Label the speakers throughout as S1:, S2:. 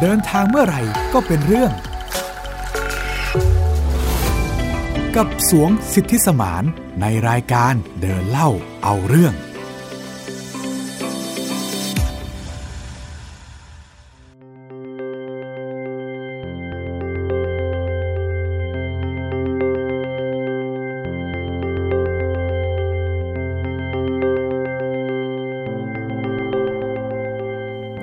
S1: เดินทางเมื่อไหร่ก็เป็นเรื่อง กับสวงสิทธิสมานในรายการเดินเล่าเอาเรื่อง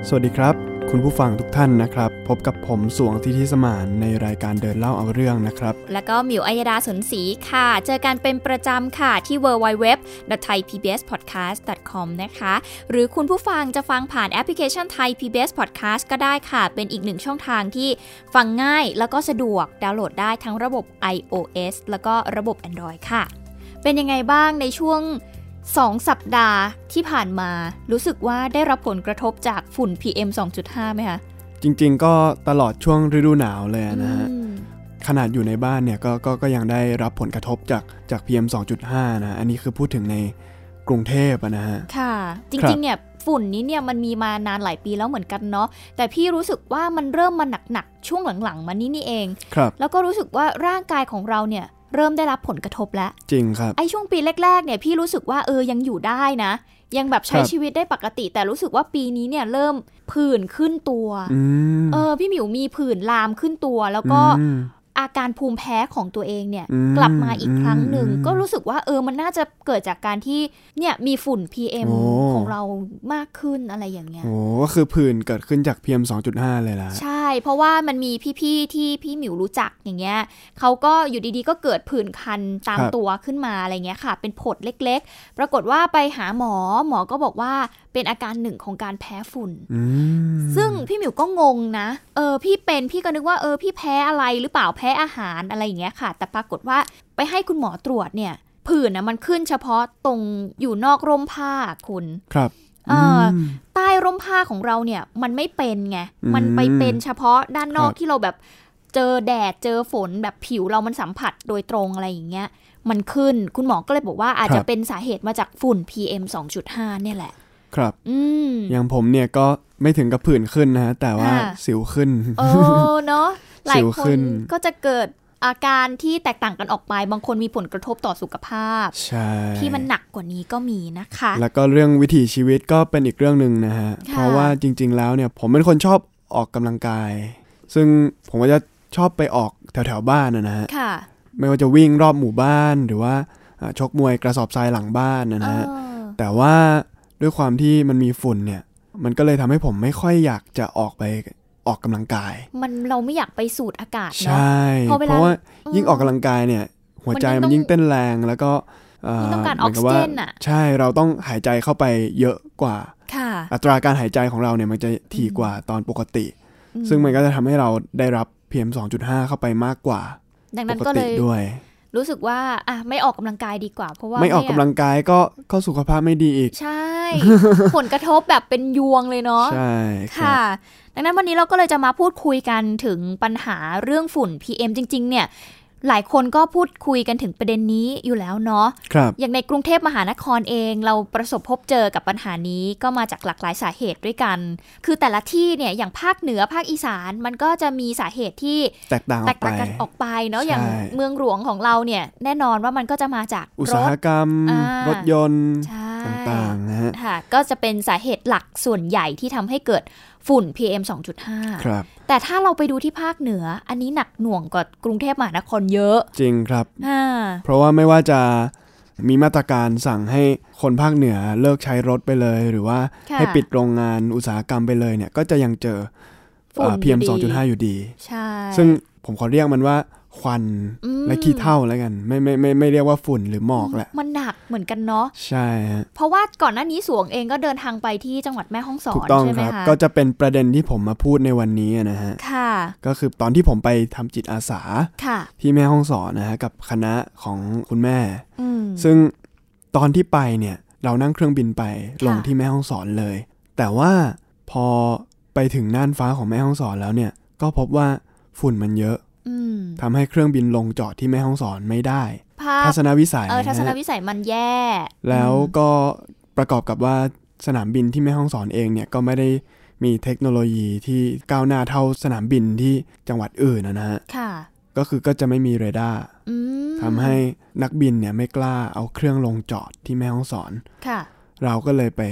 S2: สวัสดีครับ คุณผู้ฟังทุกท่านนะครับ พบกับผมสวงทิติสมานในรายการเดินเล่าเอาเรื่องนะครับ
S3: แล้วก็หมิวอัยดาสนศรีค่ะ เจอกันเป็นประจำค่ะที่ www.thaipbspodcast.com นะคะ หรือคุณผู้ฟังจะฟังผ่านแอปพลิเคชันไทย PBS Podcast ก็ได้ค่ะ เป็นอีกหนึ่งช่องทางที่ฟังง่ายแล้วก็สะดวกดาวน์โหลดได้ทั้งระบบ iOS แล้วก็ระบบ Android ค่ะ เป็นยังไงบ้างในช่วง 2 สัปดาห์ที่ผ่านมา รู้สึกว่าได้รับผลกระทบจากฝุ่น PM 2.5 ไหมคะ
S2: จริงๆ ก็ตลอดช่วงฤดูหนาวเลยนะฮะ
S3: อืม
S2: ขนาดอยู่ในบ้านเนี่ยก็ก็ก็ยังได้รับผลกระทบจากจาก PM 2.5 นะ อันนี้คือพูดถึงในกรุงเทพอะนะฮะ
S3: ค่ะ จ
S2: ครั
S3: ริ
S2: บ
S3: งๆ เนี่ยฝุ่นนี้เนี่ยมันมีมานานหลายปีแล้วเหมือนกันเนาะแต่พี่รู้สึกว่ามันเริ่มมาหนักๆช่วงหลังๆ มานี้นี่เอง
S2: ครับ
S3: แล้วก็รู้สึกว่าร่างกายของเราเนี่ยเริ่มได้รับผลกระทบแล้ว
S2: จริงครับ
S3: ไอ้ช่วงปีแรกๆ เนี่ยพี่รู้สึกว่าเออยังอยู่ได้นะ ยังแบบใช้
S2: ครับ
S3: ชีวิตได้ปกติ แต่รู้สึกว่าปีนี้เนี่ยเริ่มผื่นขึ้นตัว
S2: อืม
S3: เออพี่หมิวมีผื่นลามขึ้นตัว แล้วก็
S2: อืม
S3: อาการภูมิแพ้ของตัวเองเนี่ย
S2: อืม
S3: กลับมาอีกครั้งหนึ่ง
S2: อืม
S3: ก็รู้สึกว่าเออมันน่าจะเกิดจากการที่เนี่ยมีฝุ่น PM
S2: โอ้
S3: ของเรามากขึ้นอะไรอย่างเงี้ย
S2: โอ้ก็คือผื่นเกิดขึ้นจาก PM 2.5 เลยล่ะ
S3: ใช่ เพราะว่ามันมีพี่ๆที่พี่หมิวรู้จักอย่างเงี้ยเขาก็อยู่ดีๆ ก็เกิดผื่นคันตาม
S2: ครับ
S3: ตัวขึ้นมาอะไรเงี้ยค่ะ เป็นผดเล็กๆ ปรากฏว่าไปหาหมอหมอก็บอกว่าเป็นอาการหนึ่งของการแพ้ฝุ่น
S2: อืม
S3: ซึ่งพี่หมิวก็งงนะ เออพี่เป็นพี่ก็นึกว่าเออพี่แพ้อะไรหรือเปล่าแพ้อาหารอะไรอย่างเงี้ยค่ะ แต่ปรากฏว่าไปให้คุณหมอตรวจเนี่ยผื่นนะมันขึ้นเฉพาะตรงอยู่นอกร่มผ้าคุณ
S2: ครับ
S3: เอ่อ
S2: ม
S3: อืใต้ร่มผ้าของเราเนี่ยมันไม่เป็นไง
S2: อืม
S3: มันไปเป็นเฉพาะด้านนอก
S2: ครับ
S3: ที่เราแบบเจอแดดเจอฝนแบบผิวเรามันสัมผัสโดยตรงอะไรอย่างเงี้ย มันขึ้นคุณหมอก็เลยบอกว่าอาจจะเป็นสาเหตุมาจากฝุ่น PM 2.5 เนี่ยแหละ
S2: ครับ
S3: อืม
S2: อย่างผมเนี่ยก็ไม่ถึงกับผื่นขึ้นนะฮะ แต่ว่า
S3: ค่ะ
S2: สิวขึ้น
S3: เออเนาะหลาย
S2: สิว
S3: ค
S2: ขึ้
S3: น
S2: น
S3: ก็จะเกิดอาการที่แตกต่างกันออกไป บางคนมีผลกระทบต่อสุขภาพ
S2: ใช่
S3: ที่มันหนักกว่านี้ก็มีนะคะ
S2: แล้วก็เรื่องวิถีชีวิตก็เป็นอีกเรื่องหนึ่งนะฮะ เพราะว่าจริง ๆ แล้วเนี่ยผมเป็นคนชอบออกกำลังกาย ซึ่งผมก็จะชอบไปออกแถวๆบ้านนะนะฮะ
S3: ค่ะ
S2: ไม่ว่าจะวิ่งรอบหมู่บ้านหรือว่าอ่าชกมวยกระสอบทรายหลังบ้านนะ
S3: เอ
S2: นะฮะ
S3: อ
S2: แต่ว่าด้วยความที่มันมีฝุ่นเนี่ย มันก็เลยทำให้ผมไม่ค่อยอยากจะออกไปออกกำลังกาย
S3: มันเราไม่อยากไปสูดอากาศ
S2: ใช่
S3: เนาะพอเวลา
S2: เพราะว่ายิ่ง
S3: เออ
S2: ออกกำลังกายเนี่ย หัวใจ
S3: มั
S2: มัน น
S3: ยิ่
S2: ยิ่
S3: ง
S2: งเต้นแรงแล้วก็เอ่
S3: ยิ่งต้องการ
S2: หมืบว่
S3: ออกซิเจนอะ
S2: ใช่เราต้องหายใจเข้าไปเยอะกว่า
S3: ค่ะ
S2: อัตราการหายใจของเราเนี่ยมันจะถี่กว่าตอนปกติ
S3: อืม
S2: ซึ่งมันก็จะทำให้เราได้รับ PM 2.5 เข้าไปมากกว่า
S3: ดัง
S2: ป
S3: นั้น
S2: ก
S3: ก็เล
S2: ติ
S3: ย
S2: ด้วย
S3: รู้สึกว่าอ่ะไม่ออกกำลังกายดีกว่า เพราะว่า
S2: ไม่ออกกำลังกายก็ก็สุขภาพไม่ดีอีก
S3: ใช่ ผลกระทบแบบเป็นยวงเลยเนาะ
S2: ใช่ครับ
S3: ค่ะ ดังนั้นวันนี้เราก็เลยจะมาพูดคุยกันถึงปัญหาเรื่องฝุ่น PM จริง ๆ เนี่ย หลายคนก็พูดคุยกันถึงประเด็นนี้อยู่แล้วเนาะ
S2: ครับ
S3: อย่างในกรุงเทพมหานครเองเราประสบพบเจอกับปัญหานี้ก็มาจากหลากหลายสาเหตุด้วยกัน คือแต่ละที่เนี่ยอย่างภาคเหนือภาคอีสานมันก็จะมีสาเหตุที่
S2: แตกต่างอ
S3: แต
S2: อก
S3: ก
S2: ไป
S3: ต่างกันออกไปเนาะอย่าง
S2: ใช่
S3: เมืองหลวงของเราเนี่ยแน่นอนว่ามันก็จะมาจาก
S2: อุต
S3: ร
S2: สาห
S3: ถ
S2: กรรม
S3: อ่าร
S2: รถยนต์
S3: ใช่
S2: ต่างๆนะฮะ
S3: ค่ะ ก็จะเป็นสาเหตุหลักส่วนใหญ่ที่ทำให้เกิดฝุ่น PM
S2: ค
S3: 2.5
S2: รับ
S3: แต่ถ้าเราไปดูที่ภาคเหนือ อันนี้หนักหน่วงกว่ากรุงเทพมหานครเยอะ
S2: จริงครับ
S3: อ่า
S2: เพราะว่าไม่ว่าจะมีมาตรการสั่งให้คนภาคเหนือเลิกใช้รถไปเลย หรือว่า
S3: ค่ะ
S2: ให้ปิดโรงงานอุตสาหกรรมไปเลยเนี่ย ก็จะยังเจอ
S3: ฝุ่น
S2: พีเอ็ม
S3: อยู่
S2: สอง
S3: ดี
S2: จุดห้าอยู่ดี
S3: ใช่
S2: ซึ่งผมขอเรียกมันว่าควัน
S3: อืม
S2: และขี้เถ้าแล้วกัน ไม่ไม่ไม่ไม่เรียกว่าฝุ่นหรือหมอกแหละ
S3: มันหนักเหมือนกันเนาะ
S2: ใช่ฮะ
S3: เพราะว่าก่อนหน้านี้สวงเองก็เดินทางไปที่จังหวัดแม่ฮ่องสอ
S2: ถูก
S3: น
S2: ต้อง
S3: ใช่ไห
S2: ค
S3: ม
S2: รับ
S3: คะ
S2: ก็จะเป็นประเด็นที่ผมมาพูดในวันนี้นะฮะ
S3: ค่ะ
S2: ก็คือตอนที่ผมไปทำจิตอาสา
S3: ค่ะ
S2: ที่แม่ห้องสอนนะฮะกับคณะของคุณแม่
S3: อืม
S2: ซึ่งตอนที่ไปเนี่ยเรานั่งเครื่องบินไป
S3: ค่ะ
S2: ลงที่แม่ห้องสอนเลย แต่ว่าพอไปถึงน่านฟ้าของแม่ห้องสอนแล้วเนี่ยก็พบว่าฝุ่นมันเยอะ
S3: อืม
S2: ทำให้เครื่องบินลงจอดที่แม่ห้องสอนไม่ได้
S3: ภา
S2: ทั
S3: พ
S2: ศนวิสัย
S3: เออทัศน
S2: นะฮะ
S3: วิสัยมันแย่
S2: แล้วก็ประกอบกับว่าสนามบินที่แม่ห้องสอนเองเนี่ยก็ไม่ได้ มีเทคโนโลยีที่ก้าวหน้าเท่าสนามบินที่จังหวัดอื่นนะนะฮะ
S3: ค่ะ
S2: ก็คือก็จะไม่มีเรดาร์
S3: อืม
S2: ทำให้นักบินเนี่ยไม่กล้าเอาเครื่องลงจอดที่แม่ฮ่องสอน
S3: ค่ะ
S2: เราก็เลยไป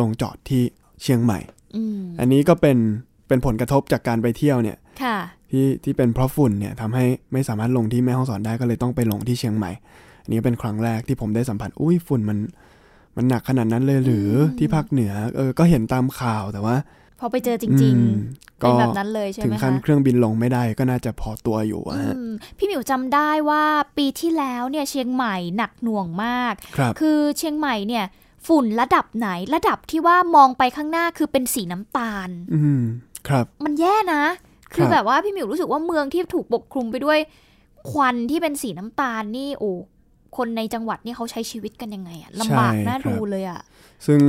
S2: ลงจอดที่เชียงใหม่
S3: อืม
S2: อันนี้ก็เป็นเป็นผลกระทบจากการไปเที่ยวเนี่ย
S3: ค่ะ
S2: ที่ที่เป็นเพราะฝุ่นเนี่ยทำให้ไม่สามารถลงที่แม่ฮ่องสอนได้ก็เลยต้องไปลงที่เชียงใหม่ อันนี้เป็นครั้งแรกที่ผมได้สัมผัสอุ้ยฝุ่นมันมันหนักขนาดนั้นเลยหรืออที่ภาคเหนือเออก็เห็นตามข่าวแต่ว่า
S3: พอไปเจอจริง
S2: อืม
S3: ๆ เป็นแบบนั้นเลยใช่
S2: ถึ
S3: ไห
S2: ง
S3: ม
S2: ขั้
S3: คะ
S2: นเครื่องบินลงไม่ได้ก็น่าจะพอตัวอยู่อะ
S3: อื
S2: ฮะ
S3: มพี่หมิวจำได้ว่าปีที่แล้วเนี่ยเชียงใหม่หนักหน่วงมาก
S2: ครับ
S3: คือเชียงใหม่เนี่ย ฝุ่นระดับไหนระดับที่ว่ามองไปข้างหน้าคือเป็นสีน้ำตาล
S2: อืมครับ
S3: มันแย่นะ คื
S2: ค
S3: อ
S2: รับ
S3: แบบว่าพี่หมิวรู้สึกว่าเมืองที่ถูกปกคลุมไปด้วย ควันที่เป็นสีน้ำตาลนี่โอ้คนในจังหวัดนี่เขาใช้ชีวิตกันยังไงอะลำบากน่าดูเลยอะ
S2: ซึ่ง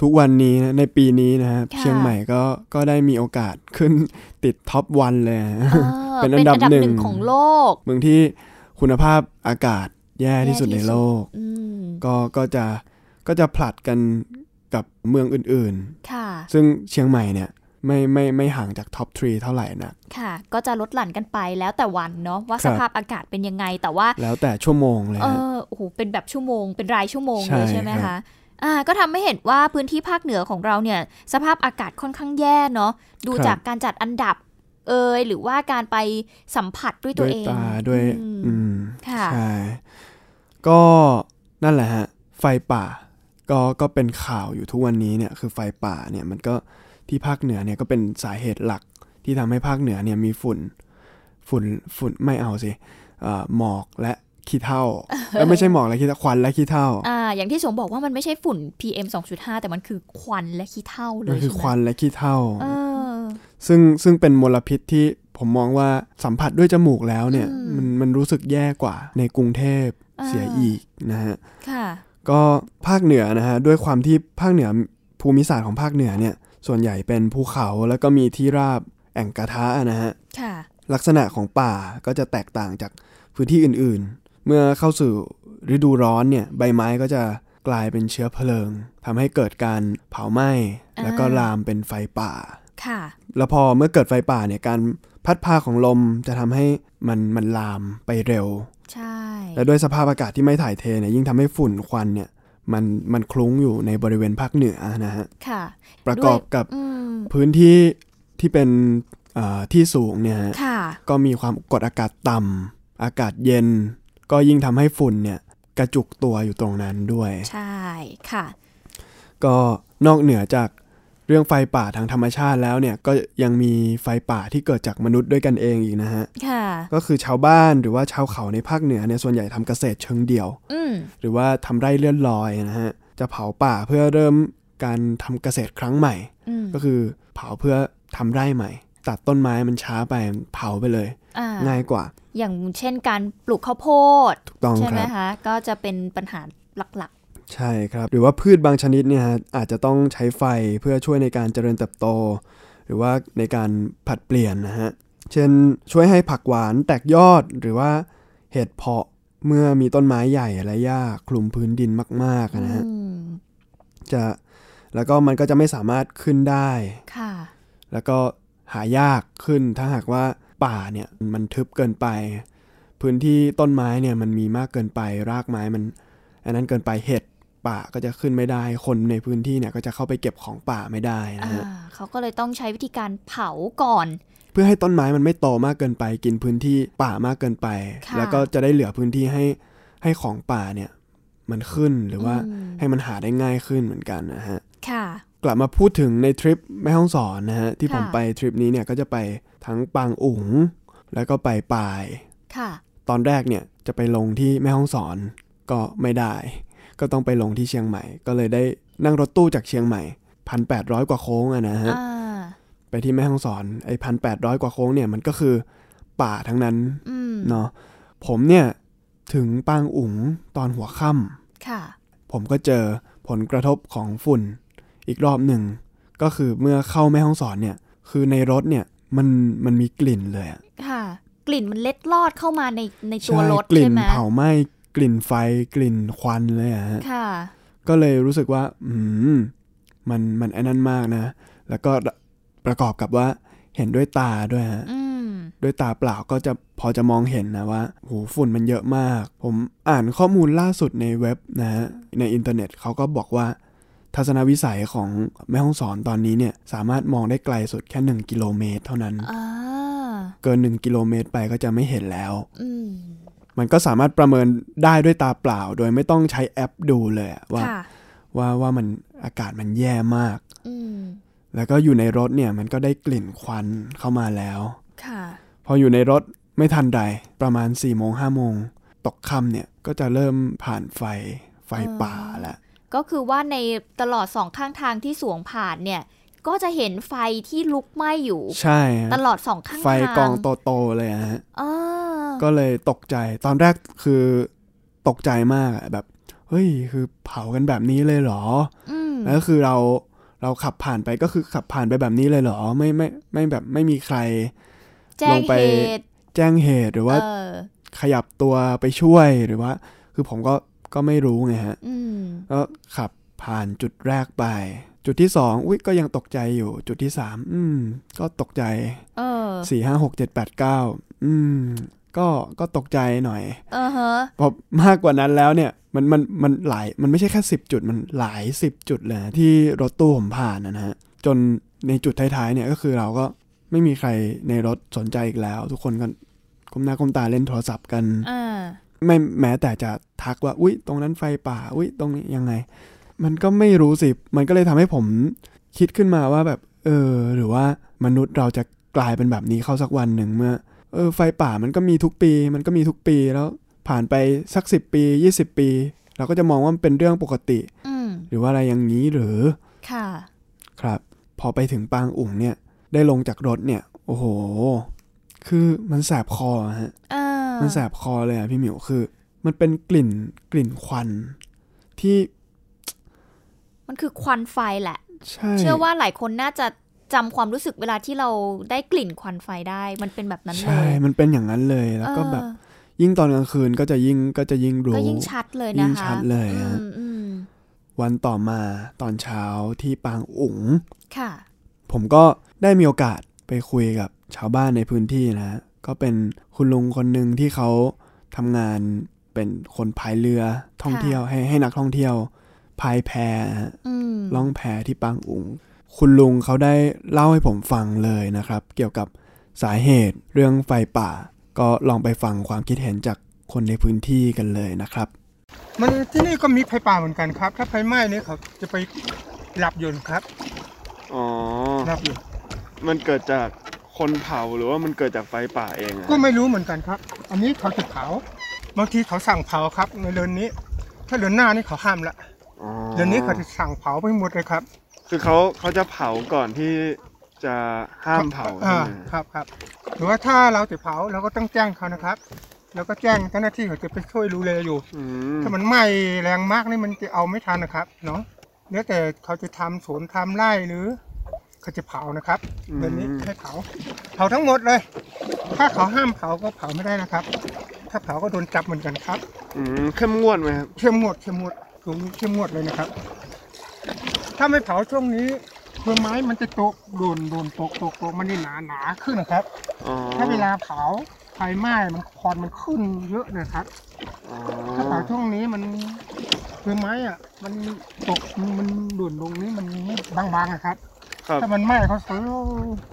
S2: ทุกวันนี้นะในปีนี้นะครับ
S3: ค่ะ
S2: เชียงใหม่ก็ก็ได้มีโอกาสขึ้นติดท็อปวันเลยฮะ
S3: เออ
S2: เป็นอันดับ
S3: ห
S2: หนึ่
S3: นึ่ง
S2: ง
S3: ของโลก
S2: เมืองที่คุณภาพอากาศแย่ที่สุดในโลก
S3: อืม
S2: ก็ก็จะก็จะผลัดกันกับเมืองอื่น
S3: ค่ะ
S2: ๆ ซึ่งเชียงใหม่เนี่ยไม่ไม่ไม่ห่างจากท็อปทรีเท่าไหร่นะ
S3: ค่ะ ก็จะลดหลั่นกันไปแล้วแต่วันเนาะว่า
S2: ครับ
S3: สภาพอากาศเป็นยังไง แต่ว่า
S2: แล้วแต่ชั่วโมงเลย
S3: เอ
S2: ฮะ
S3: อโอ้โหเป็นแบบชั่วโมง เป็นรายชั่วโมงเลย
S2: ใช่
S3: ใช่ไหม
S2: ครั
S3: คะ
S2: บ
S3: อ่าก็ทำให้เห็นว่าพื้นที่ภาคเหนือของเราเนี่ย สภาพอากาศค่อนข้างแย่เนาะดูจากการจัดอันดับ เอยหรือว่าการไปสัมผัสด้วยตั
S2: ด้
S3: ว
S2: วย
S3: เอง
S2: ตาด้วย
S3: อืม
S2: อืม
S3: ค่ะ
S2: ใช่ก็นั่นแหละฮะ ไฟป่า ก็ก็เป็นข่าวอยู่ทุกวันนี้เนี่ยคือไฟป่าเนี่ยมันก็ที่ภาคเหนือเนี่ยก็เป็นสาเหตุหลักที่ทำให้ภาคเหนือเนี่ยมีฝุ่น ฝุ่นฝุ่นไม่เอาสิเอ่อหมอกและขี้เถ้าเอ้ยไม่ใช่หมอกและขี้เถ้าควันและขี้เถ้า
S3: อ่า อย่างที่สมบอกว่ามันไม่ใช่ฝุ่น PM 2.5 แต่มันคือควันและขี้เถ้าเล
S2: มัน
S3: ย
S2: คือ
S3: ใช่ไห
S2: ค
S3: ม
S2: วันและขี้เถ้า
S3: เออ
S2: ซึ่งซึ่งเป็นมลพิษที่ผมมองว่าสัมผัสด้วยจมูกแล้วเนี่ย
S3: อืม
S2: มันมันรู้สึกแย่กว่าในกรุงเทพ
S3: อ่า
S2: เสียอีกนะฮะ
S3: ค่ะ
S2: ก็ภาคเหนือนะฮะ ด้วยความที่ภาคเหนือภูมิศาสตร์ของภาคเหนือเนี่ย ส่วนใหญ่เป็นภูเขาแล้วก็มีที่ราบแอ่งกระทะนะฮะ
S3: ค่ะ
S2: ลักษณะของป่าก็จะแตกต่างจากพื้นที่อื่นๆ เมื่อเข้าสู่ฤดูร้อนเนี่ย ใบไม้ก็จะกลายเป็นเชื้อเพลิงทำให้เกิดการเผาไหม้แล้วก็
S3: อ่า
S2: ลามเป็นไฟป่า
S3: ค่ะ
S2: แล้วพอเมื่อเกิดไฟป่าเนี่ยการพัดพาของลมจะทำให้มันมันลามไปเร็ว
S3: ใช่
S2: และด้วยสภาพอากาศที่ไม่ถ่ายเทเนี่ยยิ่งทำให้ฝุ่นควันเนี่ยมันมันคลุ้งอยู่ในบริเวณภาคเหนือนะฮะ
S3: ค่ะ
S2: ประกอบกับ
S3: อืม
S2: พื้นที่ที่เป็นเอ่อที่สูงเนี่ยฮะ
S3: ค่ะ
S2: ก็มีความกดอากาศต่ำอากาศเย็น ก็ยิ่งทำให้ฝุ่นเนี่ยกระจุกตัวอยู่ตรงนั้นด้วย
S3: ใช่ค่ะ
S2: ก็นอกเหนือจากเรื่องไฟป่าทางธรรมชาติแล้วเนี่ยก็ยังมีไฟป่าที่เกิดจากมนุษย์ด้วยกันเองอีกนะฮะ
S3: ค่ะ
S2: ก็คือชาวบ้านหรือว่าชาวเขาในภาคเหนือเนี่ยส่วนใหญ่ทำเกษตรเชิงเดี่ยว
S3: อืม
S2: หรือว่าทำไร่เลื่อนลอยนะฮะจะเผาป่าเพื่อเริ่มการทำเกษตรครั้งใหม่
S3: อืม
S2: ก็คือเผาเพื่อทำไร่ใหม่ ตัดต้นไม้มันช้าไปเผาไปเลย
S3: อ่า
S2: ง่ายกว่า
S3: อย่างเช่นการปลูกข้าวโพด
S2: ถูกต้อง
S3: ใช่
S2: ค
S3: ไหม
S2: รับ
S3: คะ ก็จะเป็นปัญหาหลัก
S2: ใช่ครับ หรือว่าพืชบางชนิดเนี่ยฮะอาจจะต้องใช้ไฟเพื่อช่วยในการเจริญเติบโต หรือว่าในการผลัดเปลี่ยนนะฮะเช่นช่วยให้ผักหวานแตกยอดหรือว่าเห็ดเพาะเมื่อมีต้นไม้ใหญ่และหญ้าคลุมพื้นดินมาก
S3: ๆ
S2: ๆนะฮะ
S3: อืม
S2: จะแล้วก็มันก็จะไม่สามารถขึ้นได้
S3: ค่ะ
S2: แล้วก็หายากขึ้นถ้าหากว่าป่าเนี่ยมันทึบเกินไป พื้นที่ต้นไม้เนี่ยมันมีมากเกินไปรากไม้มันอันนั้นเกินไปเห็ดป่าก็จะขึ้นไม่ได้ คนในพื้นที่เนี่ยก็จะเข้าไปเก็บของป่าไม่ได้นะ
S3: อ่า
S2: ฮะ
S3: เขาก็เลยต้องใช้วิธีการเผาก่อน
S2: เพื่อให้ต้นไม้มันไม่โตมากเกินไป กินพื้นที่ป่ามากเกินไป
S3: ค่ะ
S2: แล้วก็จะได้เหลือพื้นที่ให้ให้ของป่าเนี่ยมันขึ้นหรือว่า
S3: อืม
S2: ให้มันหาได้ง่ายขึ้นเหมือนกันนะฮะ
S3: ค่ะ
S2: กลับมาพูดถึงในทริปแม่ฮ่องสอนนะฮะที่ผม
S3: ค่ะ
S2: ไปทริปนี้เนี่ยก็จะไปทั้งปางอุ๋ง แล้วก็ไปปาย
S3: ค่ะ
S2: ตอนแรกเนี่ยจะไปลงที่แม่ฮ่องสอนก็ไม่ได้ ก็ต้องไปลงที่เชียงใหม่ ก็เลยได้นั่งรถตู้จากเชียงใหม่พันแปดร้อยกว่าโค้งอะนะฮะ
S3: อ่า
S2: ไปที่แม่ฮ่องสอนไอ้พันแปดร้อยกว่าโค้งเนี่ยมันก็คือป่าทั้งนั้น
S3: อืม
S2: เนาะผมเนี่ยถึงปางอุ๋งตอนหัวค่ำ
S3: ค่ะ
S2: ผมก็เจอผลกระทบของฝุ่นอีกรอบหนึ่ง ก็คือเมื่อเข้าแม่ห้องสอนเนี่ย คือในรถเนี่ยมันมันมีกลิ่นเลยอะ
S3: ค่ะ กลิ่นมันเล็ดลอดเข้ามาในในตัวรถ
S2: กลิ่
S3: ใช่
S2: น
S3: ไหม
S2: เผาไหม้กลิ่นไฟกลิ่นควันเลยอะฮะ
S3: ค่ะ
S2: ก็เลยรู้สึกว่า อืมมันมันไอ้นั่นมากนะ แล้วก็ประกอบกับว่าเห็นด้วยตาด้วยฮะ
S3: อืม
S2: ด้วยตาเปล่าก็จะพอจะมองเห็นนะว่าโหฝุ่นมันเยอะมาก ผมอ่านข้อมูลล่าสุดในเว็บนะฮะในอินเทอร์เน็ตเขาก็บอกว่า ทัศนวิสัยของแม่ห้องสอนตอนนี้เนี่ย สามารถมองได้ไกลสุดแค่ 1 กิโลเมตรเท่านั้น
S3: เออ
S2: เกิน 1 กิโลเมตรไปก็จะไม่เห็นแล้ว
S3: อืม
S2: มันก็สามารถประเมินได้ด้วยตาเปล่า โดยไม่ต้องใช้แอปดูเลยอะว่า
S3: ค่ะ
S2: ว่าว่ามันอากาศมันแย่มาก
S3: อืม
S2: แล้วก็อยู่ในรถเนี่ยมันก็ได้กลิ่นควันเข้ามาแล้ว
S3: ค่ะ
S2: พออยู่ในรถไม่ทันใดประมาณ4ี่โมงห้าโมงตกค่ำเนี่ยก็จะเริ่มผ่านไฟไฟป่าแล้ว
S3: ก็คือว่าในตลอดสองข้างทางที่สวงผ่านเนี่ย ก็จะเห็นไฟที่ลุกไหม้อยู่
S2: ใช่ฮะ
S3: ตลอดสองข้างทาง
S2: ไฟกองโตๆเลยอะฮะ
S3: เออ
S2: ก็เลยตกใจตอนแรกคือตกใจมากอะแบบเฮ้ยคือเผากันแบบนี้เลยเหรอ
S3: อืม
S2: แล้วคือเราเราขับผ่านไปก็คือขับผ่านไปแบบนี้เลยเหรอไม่ไม่ไม่แบบไม่มีใคร
S3: แจ้ง
S2: ลงไป
S3: เหตุ
S2: แจ้งเหตุหรือว่า
S3: เออ
S2: ขยับตัวไปช่วยหรือว่า คือผมก็ก็ไม่รู้ไงฮะ
S3: อืม
S2: ก็ขับผ่านจุดแรกไป จุดที่สองอุ้ยก็ยังตกใจอยู่ จุดที่สามอืม ก็ตกใจ
S3: เออ
S2: สี่ห้าหกเจ็ดแปดเก้าอืม ก็ก็ตกใจหน่อย
S3: เออฮะ
S2: เพอมากกว่านั้นแล้วเนี่ย มันมันมันหลายมันไม่ใช่แค่สิบจุดมันหลายสิบจุดเลยนะที่รถตู้ผมผ่านนะฮะ จนในจุดท้ายๆเนี่ยก็คือเราก็ไม่มีใครในรถสนใจอีกแล้ว ทุกคนก็ก้มหน้าก้มตาเล่นโทรศัพท์กัน
S3: อ่า
S2: ไม่แม้แต่จะทักว่า อุ้ยตรงนั้นไฟป่า อุ้ยตรงนี้ยังไง มันก็ไม่รู้สิ มันก็เลยทำให้ผมคิดขึ้นมาว่าแบบ เออ หรือว่ามนุษย์เราจะกลายเป็นแบบนี้เข้าสักวันหนึ่งเมื่อ เออ ไฟป่ามันก็มีทุกปี มันก็มีทุกปีแล้วผ่านไปสักสิบปียี่สิบปี เราก็จะมองว่ามันเป็นเรื่องปกติ
S3: อืม
S2: หรือว่าอะไรอย่างนี้หรือ
S3: ค่ะ
S2: ครับ พอไปถึงปางอุ๋งเนี่ย ได้ลงจากรถเนี่ย โอ้โห คือมันแสบคอฮะ
S3: เออ
S2: มันแสบคอเลยอ่ะพี่หมิวคือ มันเป็นกลิ่นกลิ่นควันที่
S3: มันคือควันไฟแหละ
S2: ใช่
S3: เชื่อว่าหลายคนน่าจะจำความรู้สึกเวลาที่เราได้กลิ่นควันไฟได้ มันเป็นแบบนั้นเล
S2: ใช่
S3: ย
S2: มันเป็นอย่างนั้นเลยแล้วก็
S3: เออ
S2: แบบยิ่งตอนกลางคืนก็จะยิ่งก็จะยิ่งรู้
S3: ก็ยิ่งชัดเลย
S2: ยิ่
S3: นะ
S2: ง
S3: คะ
S2: ชัดเลย
S3: อื
S2: ฮะ
S3: มอืม
S2: วันต่อมาตอนเช้าที่ปางอุ๋ง
S3: ค่ะ
S2: ผมก็ได้มีโอกาสไปคุยกับชาวบ้านในพื้นที่นะฮะก็เป็นคุณลุงคนหนึ่งที่เขาทำงานเป็นคนพายเรือท่อง
S3: ค่ะ
S2: เที่ยวให้ให้นักท่องเที่ยวพายแพฮะ
S3: อืม
S2: ล่องแพที่ปางอุง คุณลุงเขาได้เล่าให้ผมฟังเลยนะครับ เกี่ยวกับสาเหตุเรื่องไฟป่า ก็ลองไปฟังความคิดเห็นจากคนในพื้นที่กันเลยนะครับ
S4: มันที่นี่ก็มีไฟป่าเหมือนกันครับ ถ้าไฟไหม้เนี่ยเขาจะไปหลับอยนครับ
S5: อ๋อ
S4: หลับอยู่
S5: มันเกิดจากคนเผาหรือว่ามันเกิดจากไฟป่าเองอะ
S4: ก็ไม่รู้เหมือนกันครับ อันนี้เขาจะเผาบางทีเขาสั่งเผาครับ ในเดือนนี้ ถ้าเดือนหน้านี่เขาห้ามละ
S5: อ๋อ
S4: เดือนนี้เขาจะสั่งเผาไปหมดเลยครับ
S5: คือเขาเขาจะเผาก่อนที่จะห้ามเผา
S4: อ่า
S5: ใช่ไหม
S4: ครับครับหรือว่าถ้าเราจะเผาเราก็ต้องแจ้งเขานะครับ แล้วก็แจ้งเจ้าหน้าที่เขาจะไปช่วยดูแลอยู่
S5: อืม
S4: ถ้ามันไหม้แรงมากนี่มันจะเอาไม่ทันนะครับเนาะแล้วแต่เขาจะทำสวนทำไร่หรือเขาจะเผานะครับ เดือนนี้ให้เผา เผาทั้งหมดเลย ถ้าเขาห้ามเผาก็เผาไม่ได้นะครับ ถ้าเผาก็โดนจับเหมือนกันครับ
S5: อืมเข้มงวดไหมครับ
S4: เข้มงวดเข้มงวดตรงนี้เข้มงวดเลยนะครับ ถ้าไม่เผาช่วงนี้เพื่อไม้มันจะตกโดนโดนตกตกตกมันนี่หนาหนาขึ้นนะครับ
S5: อ๋อ
S4: ถ้าเวลาเผาไฟไหม้มันควันมันขึ้นเยอะนะครับ
S5: อ๋อ
S4: ถ้าเผาช่วงนี้มันเพื่อไม้อะมันตกมันโด่วนลงนี้มันไม่บางๆนะครับ
S5: ครับ
S4: ถ้ามันไหม้เขาซื้อ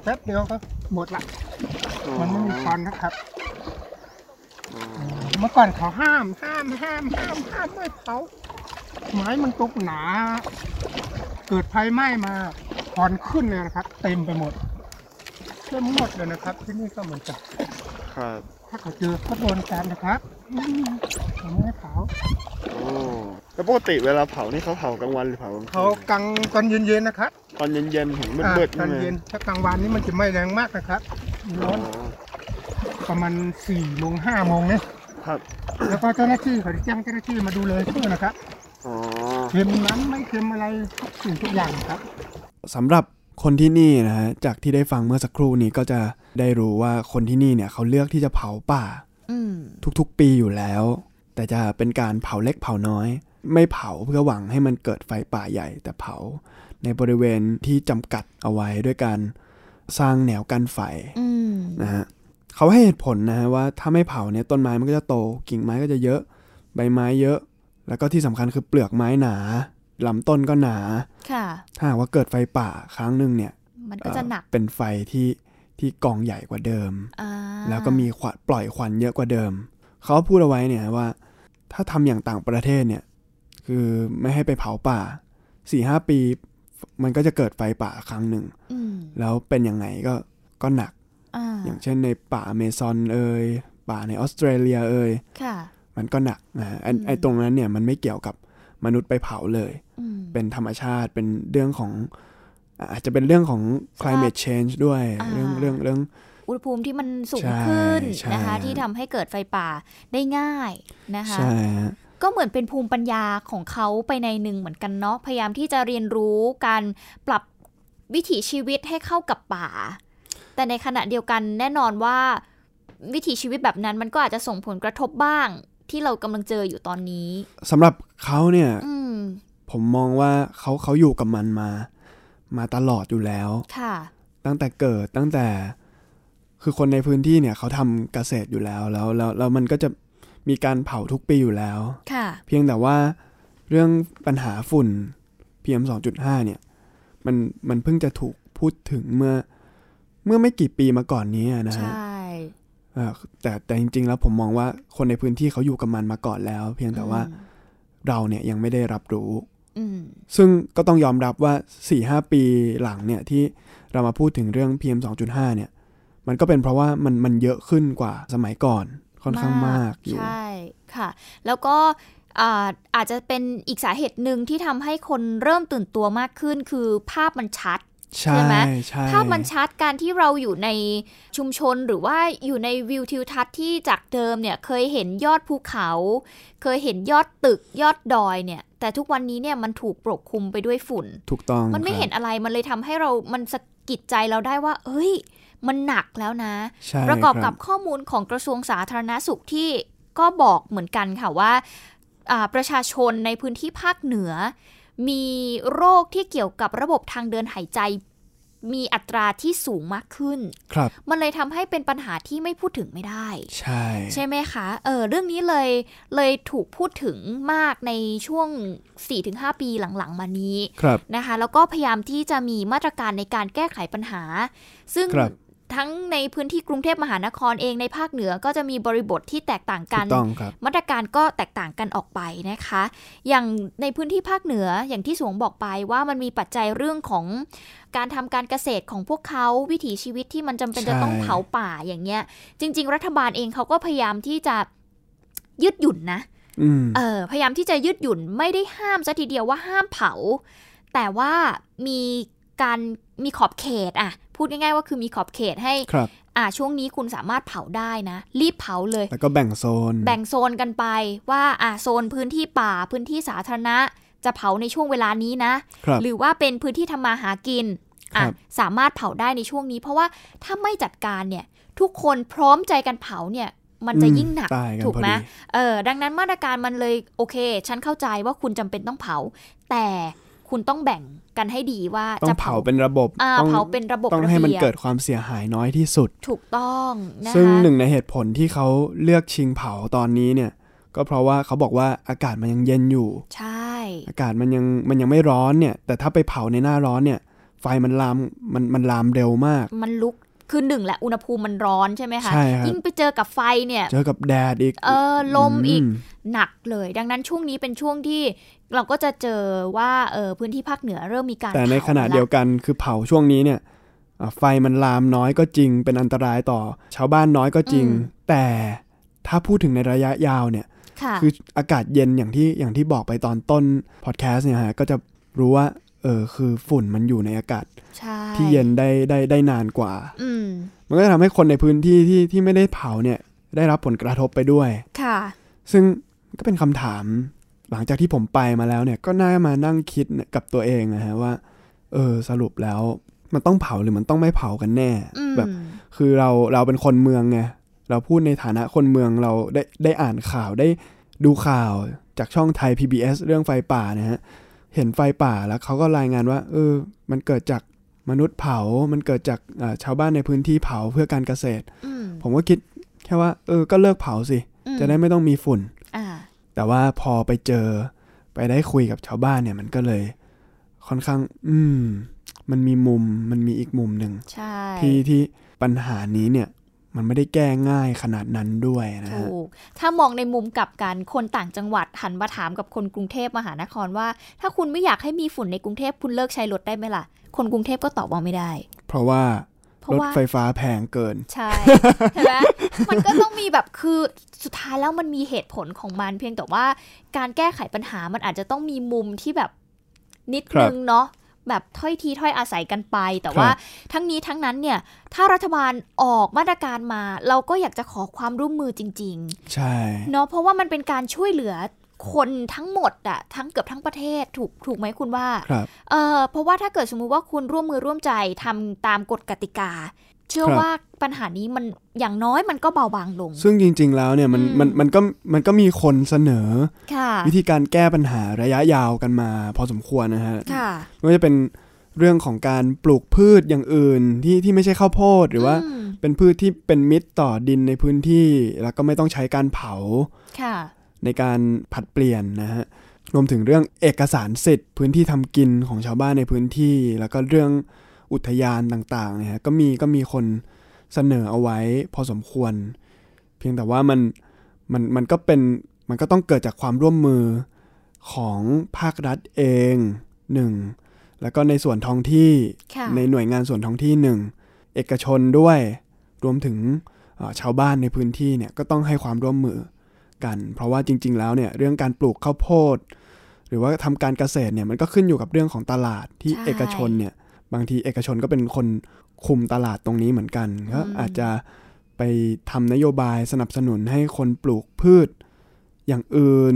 S4: แป๊บเดียวก็หมดละ มันไม่มีควันนะครับ
S5: อ๋อ
S4: เมื่อก่อนเขาห้ามห้ามห้ามห้ามห้ามไม่เผาไม้มันตกหนา เกิดไฟไหม้มาควันขึ้นเลยนะครับ เต็มไปหมดเต็มหมดเลยนะครับ ที่นี่ก็เหมือนกัน
S5: ครับ
S4: ถ้าเขาเจอก็โดนจับนะครับอืมเขาไม่ให้เผา
S5: โอ้แล้วปกติเวลาเผานี่เขาเผากลางวันหรือเผากลางคืน
S4: เขากลางตอนเย็นๆนะครับ
S5: ตอนเย็นๆถึง
S4: อ่า
S5: มื
S4: ต
S5: ดๆใช่
S4: อน
S5: ไหม
S4: เย็นถ้ากลางวันนี่มันจะไหม้แรงมากนะครับร้
S5: อ๋
S4: อ
S5: อน
S4: ประมาณสี่โมงห้าโมงเนี่ย
S5: ครับ
S4: แล้วก็เจ้าหน้าที่เขาจะแจ้งเจ้าหน้าที่มาดูเลยช่วยนะครับ
S5: อ๋อ
S4: เค็มน้ำไม่เค็มอะไรทุกสิ่งทุกอย่างครับ
S2: สำหรับคนที่นี่นะฮะจากที่ได้ฟังเมื่อสักครู่นี้ก็จะได้รู้ว่าคนที่นี่เนี่ยเขาเลือกที่จะเผาป่า
S3: อืม
S2: ทุกๆ ปีอยู่แล้ว แต่จะเป็นการเผาเล็กเผาน้อย ไม่เผาเพื่อหวังให้มันเกิดไฟป่าใหญ่ แต่เผา ในบริเวณที่จำกัดเอาไว้ด้วยการสร้างแนวกันไฟ
S3: อืม
S2: นะฮะเขาให้เหตุผลนะฮะว่าถ้าไม่เผาเนี่ยต้นไม้มันก็จะโต กิ่งไม้ก็จะเยอะ ใบไม้เยอะ แล้วก็ที่สำคัญคือเปลือกไม้หนาลำต้นก็หนา
S3: ค่ะ
S2: ถ้าหากว่าเกิดไฟป่าครั้งหนึ่งเนี่ย
S3: มันก็จะหนัก
S2: เอ่อเป็นไฟที่ที่กองใหญ่กว่าเดิม
S3: อ่า
S2: แล้วก็มีควันปล่อยควันเยอะกว่าเดิม เขาพูดเอาไว้เนี่ยว่า ถ้าทำอย่างต่างประเทศเนี่ยคือไม่ให้ไปเผาป่าสี่ห้าปี มันก็จะเกิดไฟป่าครั้งหนึ่ง
S3: อืม
S2: แล้วเป็นยังไงก็ก็หนัก
S3: อ่า
S2: อย่างเช่นในป่าอเมซอนเอ่ยป่าในออสเตรเลียเอ่ย
S3: ค่ะ
S2: มันก็หนักนะฮะไอ้
S3: อืม
S2: ไอ้ตรงนั้นเนี่ยมันไม่เกี่ยวกับมนุษย์ไปเผาเลย
S3: อืม
S2: เป็นธรรมชาติเป็นเรื่องของอ่ะอาจจะเป็นเรื่องของ climate change ด้วย
S3: อ่า
S2: เรื่องเรื่องเรื่อง
S3: อุณหภูมิที่มันสูง
S2: ใช่
S3: ขึ้น
S2: ใช่
S3: นะคะ ที่ทำให้เกิดไฟป่าได้ง่ายนะคะ
S2: ใช่ฮะ
S3: ก็เหมือนเป็นภูมิปัญญาของเขาไปในหนึ่งเหมือนกันเนาะพยายามที่จะเรียนรู้การปรับวิถีชีวิตให้เข้ากับป่า แต่ในขณะเดียวกันแน่นอนว่า วิถีชีวิตแบบนั้นมันก็อาจจะส่งผลกระทบบ้าง ที่เรากำลังเจออยู่ตอนนี้
S2: สำหรับเขาเนี่ย
S3: อืม
S2: ผมมองว่าเขาเขาอยู่กับมันมา มาตลอดอยู่แล้ว
S3: ค่ะ
S2: ตั้งแต่เกิดตั้งแต่คือคนในพื้นที่เนี่ยเขาทำเกษตรอยู่แล้วแล้วแล้วแล้วมันก็จะมีการเผาทุกปีอยู่แล้ว
S3: ค่ะ
S2: เพียงแต่ว่าเรื่องปัญหาฝุ่น PM 2.5 เนี่ยมันมันเพิ่งจะถูกพูดถึงเมื่อเมื่อไม่กี่ปีมาก่อนนี้อะนะฮะ
S3: ใช่
S2: เอ่อแต่แต่จริง ๆ แล้วผมมองว่าคนในพื้นที่เขาอยู่กับมันมาก่อนแล้ว เพียงแต่ว่าเราเนี่ยยังไม่ได้รับรู้
S3: อืม
S2: ซึ่งก็ต้องยอมรับว่า 4-5 ปีหลังเนี่ยที่เรามาพูดถึงเรื่อง PM 2.5 เนี่ยมันก็เป็นเพราะว่ามันมันเยอะขึ้นกว่าสมัยก่อนค่อนข้างมากอยู่
S3: ใช่ค่ะ แล้วก็อ่าอาจจะเป็นอีกสาเหตุหนึ่งที่ทำให้คนเริ่มตื่นตัวมากขึ้น คือภาพมันชัด
S2: ใช่
S3: ใช่ไหม
S2: ใช่
S3: ภาพมันชัดการที่เราอยู่ในชุมชนหรือว่าอยู่ในวิวทิวทัศน์ที่จากเดิมเนี่ยเคยเห็นยอดภูเขา เคยเห็นยอดตึกยอดดอยเนี่ย แต่ทุกวันนี้เนี่ยมันถูกปกคลุมไปด้วยฝุ่น
S2: ถูกต้อง
S3: มัน
S2: ค
S3: ไม่
S2: รับ
S3: เห็นอะไรมันเลยทำให้เรามันสะกิดใจเราได้ว่า เอ้ย มันหนักแล้วนะ
S2: ใช่
S3: ประกอบ
S2: ค
S3: กับข้อมูลของกระทรวงสาธารณสุขที่ก็บอกเหมือนกันค่ะว่าอ่า ประชาชนในพื้นที่ภาคเหนือ มีโรคที่เกี่ยวกับระบบทางเดินหายใจ มีอัตราที่สูงมากขึ้น
S2: ครับ
S3: มันเลยทำให้เป็นปัญหาที่ไม่พูดถึงไม่ได้
S2: ใช่
S3: ใช่ไหมคะ เออเรื่องนี้เลยเลยถูกพูดถึงมากในช่วง 4-5 ปีหลังๆ มานี้
S2: ครับ
S3: นะคะแล้วก็พยายามที่จะมีมาตรการในการแก้ไขปัญหา ซึ่ง
S2: ครับ
S3: ทั้งในพื้นที่กรุงเทพมหานครเองในภาคเหนือก็จะมีบริบทที่แตกต่าง
S2: ถู
S3: กัน
S2: กต้องครับ
S3: มาตรการก็แตกต่างกันออกไปนะคะ อย่างในพื้นที่ภาคเหนืออย่างที่สวงบอกไปว่ามันมีปัจจัยเรื่องของการทำการเกษตรของพวกเขาวิถีชีวิตที่มันจำเป็น
S2: ใช่
S3: จะต้องเผาป่าอย่างเงี้ย จริง ๆ รัฐบาลเองเขาก็พยายามที่จะยืดหยุ่นนะ
S2: อืม
S3: เออพยายามที่จะยืดหยุ่นไม่ได้ห้ามซะทีเดียวว่าห้ามเผา แต่ว่ามีการมีขอบเขตอะพูดง่ายๆว่าคือมีขอบเขตให้
S2: ครับ
S3: อ่าช่วงนี้คุณสามารถเผาได้นะ รีบเผาเลย
S2: แล้วก็แบ่งโซน
S3: แบ่งโซนกันไปว่าอ่าโซนพื้นที่ป่าพื้นที่สาธารณะ จะเผาในช่วงเวลานี้นะ
S2: ครับ
S3: หรือว่าเป็นพื้นที่ทำมาหากินอ่ะ
S2: ครับ
S3: สามารถเผาได้ในช่วงนี้ เพราะว่าถ้าไม่จัดการเนี่ยทุกคนพร้อมใจกันเผาเนี่ยมันจะ
S2: อื
S3: ยิ่งหนัก
S2: ตายกัน
S3: ถูก
S2: พอ
S3: ไหม
S2: ดี
S3: เออดังนั้นมาตรการมันเลยโอเค ฉันเข้าใจว่าคุณจำเป็นต้องเผา แต่คุณต้องแบ่งกันให้ดีว่า
S2: ต้อ
S3: จะ
S2: งเผาเป็นระบบ
S3: อ่า
S2: ต้อง
S3: เผาเป็นระบบ
S2: ต้อง
S3: ระ
S2: ให้มัน
S3: เบียบ
S2: เกิดความเสียหายน้อยที่สุด
S3: ถูกต้องนะคะ
S2: ซึ่งหนึ่งในเหตุผลที่เขาเลือกชิงเผาตอนนี้เนี่ย ก็เพราะว่าเขาบอกว่าอากาศมันยังเย็นอยู่
S3: ใช่
S2: อากาศมันยังมันยังไม่ร้อนเนี่ย แต่ถ้าไปเผาในหน้าร้อนเนี่ย ไฟมันลามมันมันลามเร็วมาก
S3: มันลุกคือหนึ่งแหละอุณหภูมิมันร้อนใช่ไหมคะ
S2: ใช่ครับ
S3: ยิ่งไปเจอกับไฟเนี่ย
S2: เจอกับแดดอีก
S3: เออลมอีก
S2: ม
S3: หนักเลย ดังนั้นช่วงนี้เป็นช่วงที่เราก็จะเจอว่าเออพื้นที่ภาคเหนือเริ่มมีการ
S2: แต่ในขณะ
S3: ผาละ
S2: เดียวกันคือเผาช่วงนี้เนี่ยอ่ะไฟมันลามน้อยก็จริง เป็นอันตรายต่อชาวบ้านน้อยก็จริง
S3: อืม
S2: แต่ถ้าพูดถึงในระยะยาวเนี่ย
S3: ค่ะ
S2: คืออากาศเย็นอย่างที่อย่างที่บอกไปตอนต้นพอดแคสต์เนี่ยฮะก็จะรู้ว่าเออคือฝุ่นมันอยู่ในอากาศ
S3: ใช่
S2: ที่เย็นได้ได้ได้นานกว่า
S3: อืม
S2: มันก็จะทำให้คนในพื้นที่ที่ที่ไม่ได้เผาเนี่ยได้รับผลกระทบไปด้วย
S3: ค่ะ
S2: ซึ่งก็เป็นคำถามหลังจากที่ผมไปมาแล้วเนี่ยก็น่ามานั่งคิดกับตัวเองนะฮะว่า เออสรุปแล้วมันต้องเผาหรือมันต้องไม่เผากันแน่
S3: อืม
S2: แบบ คือเราเราเป็นคนเมืองไงเราพูดในฐานะคนเมืองเราได้ได้อ่านข่าวได้ดูข่าวจากช่องไทย PBS เรื่องไฟป่านะฮะ เห็นไฟป่าแล้วเขาก็รายงานว่า เออ มันเกิดจากมนุษย์เผา มันเกิดจากอ่าชาวบ้านในพื้นที่เผาเพื่อการเกษตร
S3: อืม
S2: ผมก็คิดแค่ว่า เออ ก็เลิกเผาสิ
S3: อืม
S2: จะได้ไม่ต้องมีฝุ่น
S3: อ่า
S2: แต่ว่าพอไปเจอไปได้คุยกับชาวบ้านเนี่ย มันก็เลยค่อนข้าง อืม มันมีมุมมันมีอีกมุมหนึ่ง
S3: ใช่
S2: ที่ที่ปัญหานี้เนี่ย มันไม่ได้แก้ง่ายขนาดนั้นด้วยนะฮะ
S3: ถูก ถ้ามองในมุมกลับกันคนต่างจังหวัดหันมาถามกับคนกรุงเทพมหานครว่า ถ้าคุณไม่อยากให้มีฝุ่นในกรุงเทพคุณเลิกใช้รถได้ไหมล่ะ คนกรุงเทพก็ตอบว่าไม่ได้
S2: เพราะว่า
S3: เพ
S2: ร
S3: ราะ
S2: ถ
S3: ว่า
S2: ไฟฟ้าแพงเกิน
S3: ใช่ ใช่ไหมมันก็ต้องมีแบบคือสุดท้ายแล้วมันมีเหตุผลของมัน เพียงแต่ว่าการแก้ไขปัญหามันอาจจะต้องมีมุมที่แบบนิด
S2: ครับ
S3: นึงเนาะแบบถ้อยทีถ้อยอาศัยกันไป แต่
S2: ครับ
S3: ว่าทั้งนี้ทั้งนั้นเนี่ย ถ้ารัฐบาลออกมาตรการมา เราก็อยากจะขอความร่วมมือจริง
S2: ใช่
S3: ๆ เนาะเพราะว่ามันเป็นการช่วยเหลือคนทั้งหมดอะทั้งเกือบทั้งประเทศถูกถูกไหมคุณว่า
S2: ครับ
S3: เออเพราะว่าถ้าเกิดสมมุติว่าคุณร่วมมือร่วมใจทำตามกฎกติกา เชื่อ
S2: ครับ
S3: ว่าปัญหานี้มันอย่างน้อยมันก็เบาบางลง
S2: ซึ่งจริง ๆ แล้วเนี่ยมัน
S3: อืม
S2: มันมันก็มันก็มีคนเสนอ
S3: ค่ะ
S2: วิธีการแก้ปัญหาระยะยาวกันมา พอสมควรนะฮะ
S3: ค่ะ
S2: ไม่ว่าจะเป็นเรื่องของการปลูกพืชอย่างอื่นที่ที่ไม่ใช่ข้าวโพดหรือว่า
S3: อืม
S2: เป็นพืชที่เป็นมิตรต่อดินในพื้นที่ แล้วก็ไม่ต้องใช้การเผา
S3: ค่ะ
S2: ในการผลัดเปลี่ยนนะฮะ รวมถึงเรื่องเอกสารสิทธิ์ พื้นที่ทำกินของชาวบ้านในพื้นที่ แล้วก็เรื่องอุทยานต่างๆเนี่ยฮะก็มีก็มีคนเสนอเอาไว้พอสมควร เพียงแต่ว่ามันมันมันก็เป็นมันก็ต้องเกิดจากความร่วมมือของภาครัฐเองหนึ่งแล้วก็ในส่วนท้องที่
S3: ค่ะ
S2: ในหน่วยงานส่วนท้องที่หนึ่งเอกชนด้วยรวมถึงเอ่อชาวบ้านในพื้นที่เนี่ยก็ต้องให้ความร่วมมือ กันเพราะว่าจริง ๆ แล้วเนี่ยเรื่องการปลูกข้าวโพด หรือว่าทำการเกษตรเนี่ยมันก็ขึ้นอยู่กับเรื่องของตลาดที่
S3: ใช่
S2: เอกชนเนี่ยบางทีเอกชนก็เป็นคนคุมตลาดตรงนี้เหมือนกันก็
S3: อืม
S2: อาจจะไปทำนโยบายสนับสนุนให้คนปลูกพืชอย่างอื่น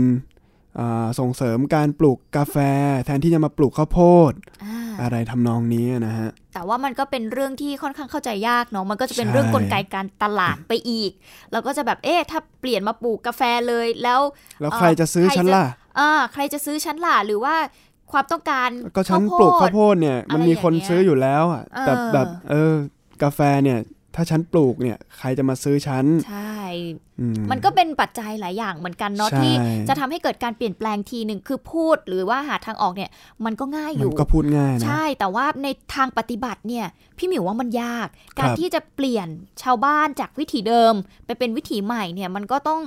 S2: อ่าส่งเสริมการปลูกกาแฟ แทนที่จะมาปลูกข้าวโพด
S3: อ่า
S2: อะไรทำนองนี้นะฮะ
S3: แต่ว่ามันก็เป็นเรื่องที่ค่อนข้างเข้าใจยากเนาะมันก็จะเป็น
S2: ใช่
S3: เรื่องกลไกการตลาดไปอีก แล้วก็จะแบบเอ๊ะถ้าเปลี่ยนมาปลูกกาแฟเลยแล้ว
S2: แล้ว
S3: เอ่อ
S2: ใครจะซื้อ
S3: ใคร
S2: ฉัน
S3: จะ
S2: ล่ะ
S3: อ่าใครจะซื้อฉันล่ะหรือว่าความต้องการ
S2: ก็ฉัน
S3: ข้าวโพ
S2: ปลูกข้า
S3: ด
S2: วโพดเนี่ย
S3: อะไร
S2: มันมีคน
S3: อย่างเงี้ย
S2: ซื้ออยู่แล้วอ่ะแต่
S3: เออ
S2: แบบเออกาแฟเนี่ยถ้าฉันปลูกเนี่ยใครจะมาซื้อฉัน
S3: ใช่
S2: อืม
S3: มันก็เป็นปัจจัยหลายอย่างเหมือนกันเนาะ
S2: ใช่
S3: ที่จะทำให้เกิดการเปลี่ยนแปลงทีหนึ่งคือพูดหรือว่าหาทางออกเนี่ย มันก็ง่ายอ
S2: มัน
S3: ยู่
S2: ก็พูดง่ายนะ
S3: ใช่แต่ว่าในทางปฏิบัติเนี่ยพี่หมิวว่ามันยาก การที่จะเปลี่ยนชาวบ้านจากวิถีเดิม ไปเป็นวิถีใหม่เนี่ยมันก็ต้อง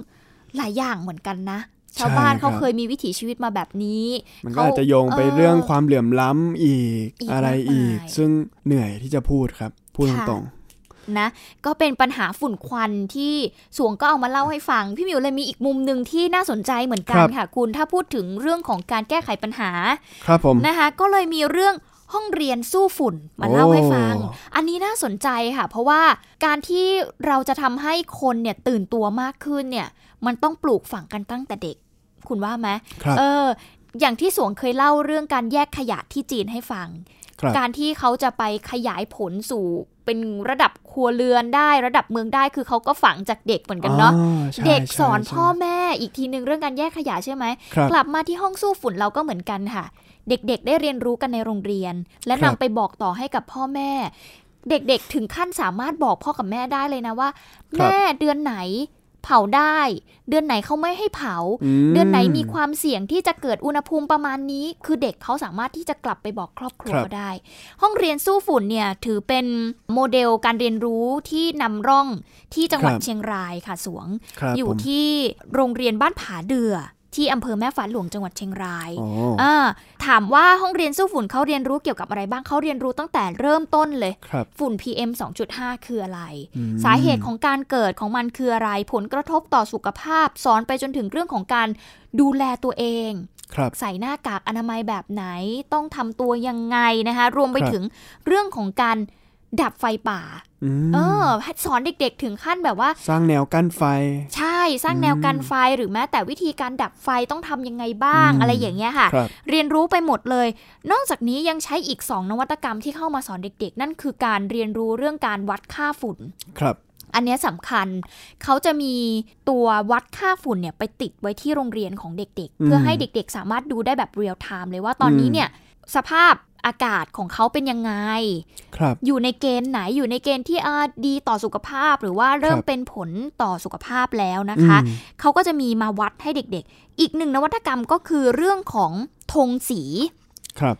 S3: หลายอย่างเหมือนกันนะ ชาวบ้าน
S2: ใช่ครับ
S3: เขาเคยมีวิถีชีวิตมาแบบนี้
S2: มันก็อาจจะโยงไปเรื่องความเหลื่อมล้ำอีก
S3: อีก
S2: อะไรอีก
S3: มากมาย
S2: ซึ่งเหนื่อยที่จะพูดครับ พูดตรง
S3: นะก็เป็นปัญหาฝุ่นควันที่สวงก็เอามาเล่าให้ฟัง พี่หมิวเลยมีอีกมุมหนึ่งที่น่าสนใจเหมือนกันค่ะ คุณถ้าพูดถึงเรื่องของการแก้ไขปัญหา
S2: ๆครับผม
S3: นะคะก็เลยมีเรื่องห้องเรียนสู้ฝุ่นมาเล่า
S2: โอ้
S3: ให้ฟัง อันนี้น่าสนใจค่ะ เพราะว่าการที่เราจะทำให้คนเนี่ยตื่นตัวมากขึ้นเนี่ยมันต้องปลูกฝังกันตั้งแต่เด็ก คุณว่าไหม
S2: ครับ
S3: เออ อย่างที่สวงเคยเล่าเรื่องการแยกขยะที่จีนให้ฟัง
S2: ครับ
S3: การที่เขาจะไปขยายผลสู่เป็นระดับครัวเรือนได้ระดับเมืองได้คือเขาก็ฝังจากเด็กเหมือนกันเนาะ
S2: อ๋อใช่
S3: เด็กสอน
S2: ใช่
S3: พ่อแม่อีกทีหนึ่งเรื่องการแยกขยะใช่ไหม
S2: ครับ
S3: กลับมาที่ห้องสู้ฝุ่นเราก็เหมือนกันค่ะ เด็กๆ ได้เรียนรู้กันในโรงเรียน และ
S2: ครับ
S3: นำไปบอกต่อให้กับพ่อแม่ เด็กๆ ถึงขั้นสามารถบอกพ่อกับแม่ได้เลยนะว่า แม่เดือนไหนเผาได้ เดือนไหนเขาไม่ให้เผา
S2: ม
S3: เดือนไหนมีความเสี่ยงที่จะเกิดอุณหภูมิประมาณนี้ คือเด็กเขาสามารถที่จะกลับไปบอกครอบครัว
S2: ครับ
S3: ก็ได้ ห้องเรียนสู้ฝุ่นเนี่ยถือเป็นโมเดลการเรียนรู้ที่นำร่องที่จังหวัดเชียงรายค่ะสวง
S2: ครับ
S3: อยู่
S2: ผม
S3: ที่โรงเรียนบ้านผาเดือ ที่อำเภอแม่ฟ้าหลวงจังหวัดเชียงราย
S2: โอ้
S3: อ่าถามว่าห้องเรียนสู้ฝุ่นเขาเรียนรู้เกี่ยวกับอะไรบ้างเขาเรียนรู้ตั้งแต่เริ่มต้นเลย
S2: ครับ
S3: ฝุ่น PM 2.5 คืออะไร
S2: อืม
S3: สาเหตุของการเกิดของมันคืออะไร ผลกระทบต่อสุขภาพ สอนไปจนถึงเรื่องของการดูแลตัวเอง
S2: ครับ
S3: ใส่หน้ากากอนามัยแบบไหน ต้องทำตัวยังไงนะคะ รวมไป
S2: ครับ
S3: ถึงเรื่องของการดับไฟป่า
S2: อืม
S3: เออ สอนเด็กๆ ถึงขั้นแบบว่า
S2: สร้างแนวกั้นไฟ
S3: ใช่สร้างแนวกันไฟหรือแม้แต่วิธีการดับไฟต้องทำยังไงบ้าง
S2: อืม
S3: อะไรอย่างเงี้ยค่ะ
S2: ครับ
S3: เรียนรู้ไปหมดเลย นอกจากนี้ยังใช้อีก 2 นวัตกรรมที่เข้ามาสอนเด็กๆ นั่นคือการเรียนรู้เรื่องการวัดค่าฝุ่น
S2: ครับ
S3: อันเนี้ยสำคัญ เขาจะมีตัววัดค่าฝุ่นเนี่ยไปติดไว้ที่โรงเรียนของเด็ก
S2: อืม
S3: ๆเพื่อให้เด็กๆ สามารถดูได้แบบเรียลไทม์เลยว่าตอนนี้
S2: อืม
S3: เนี่ยสภาพอากาศของเขาเป็นยังไง
S2: ครับ
S3: อยู่ในเกณฑ์ไหนอยู่ในเกณฑ์ที่อ่าดีต่อสุขภาพ หรือว่าเริ่ม
S2: ครับ
S3: เป็นผลต่อสุขภาพแล้วนะคะ
S2: อืม
S3: เขาก็จะมีมาวัดให้เด็กๆ อีกหนึ่งนวัตกรรมก็คือเรื่องของธงสี
S2: ครับ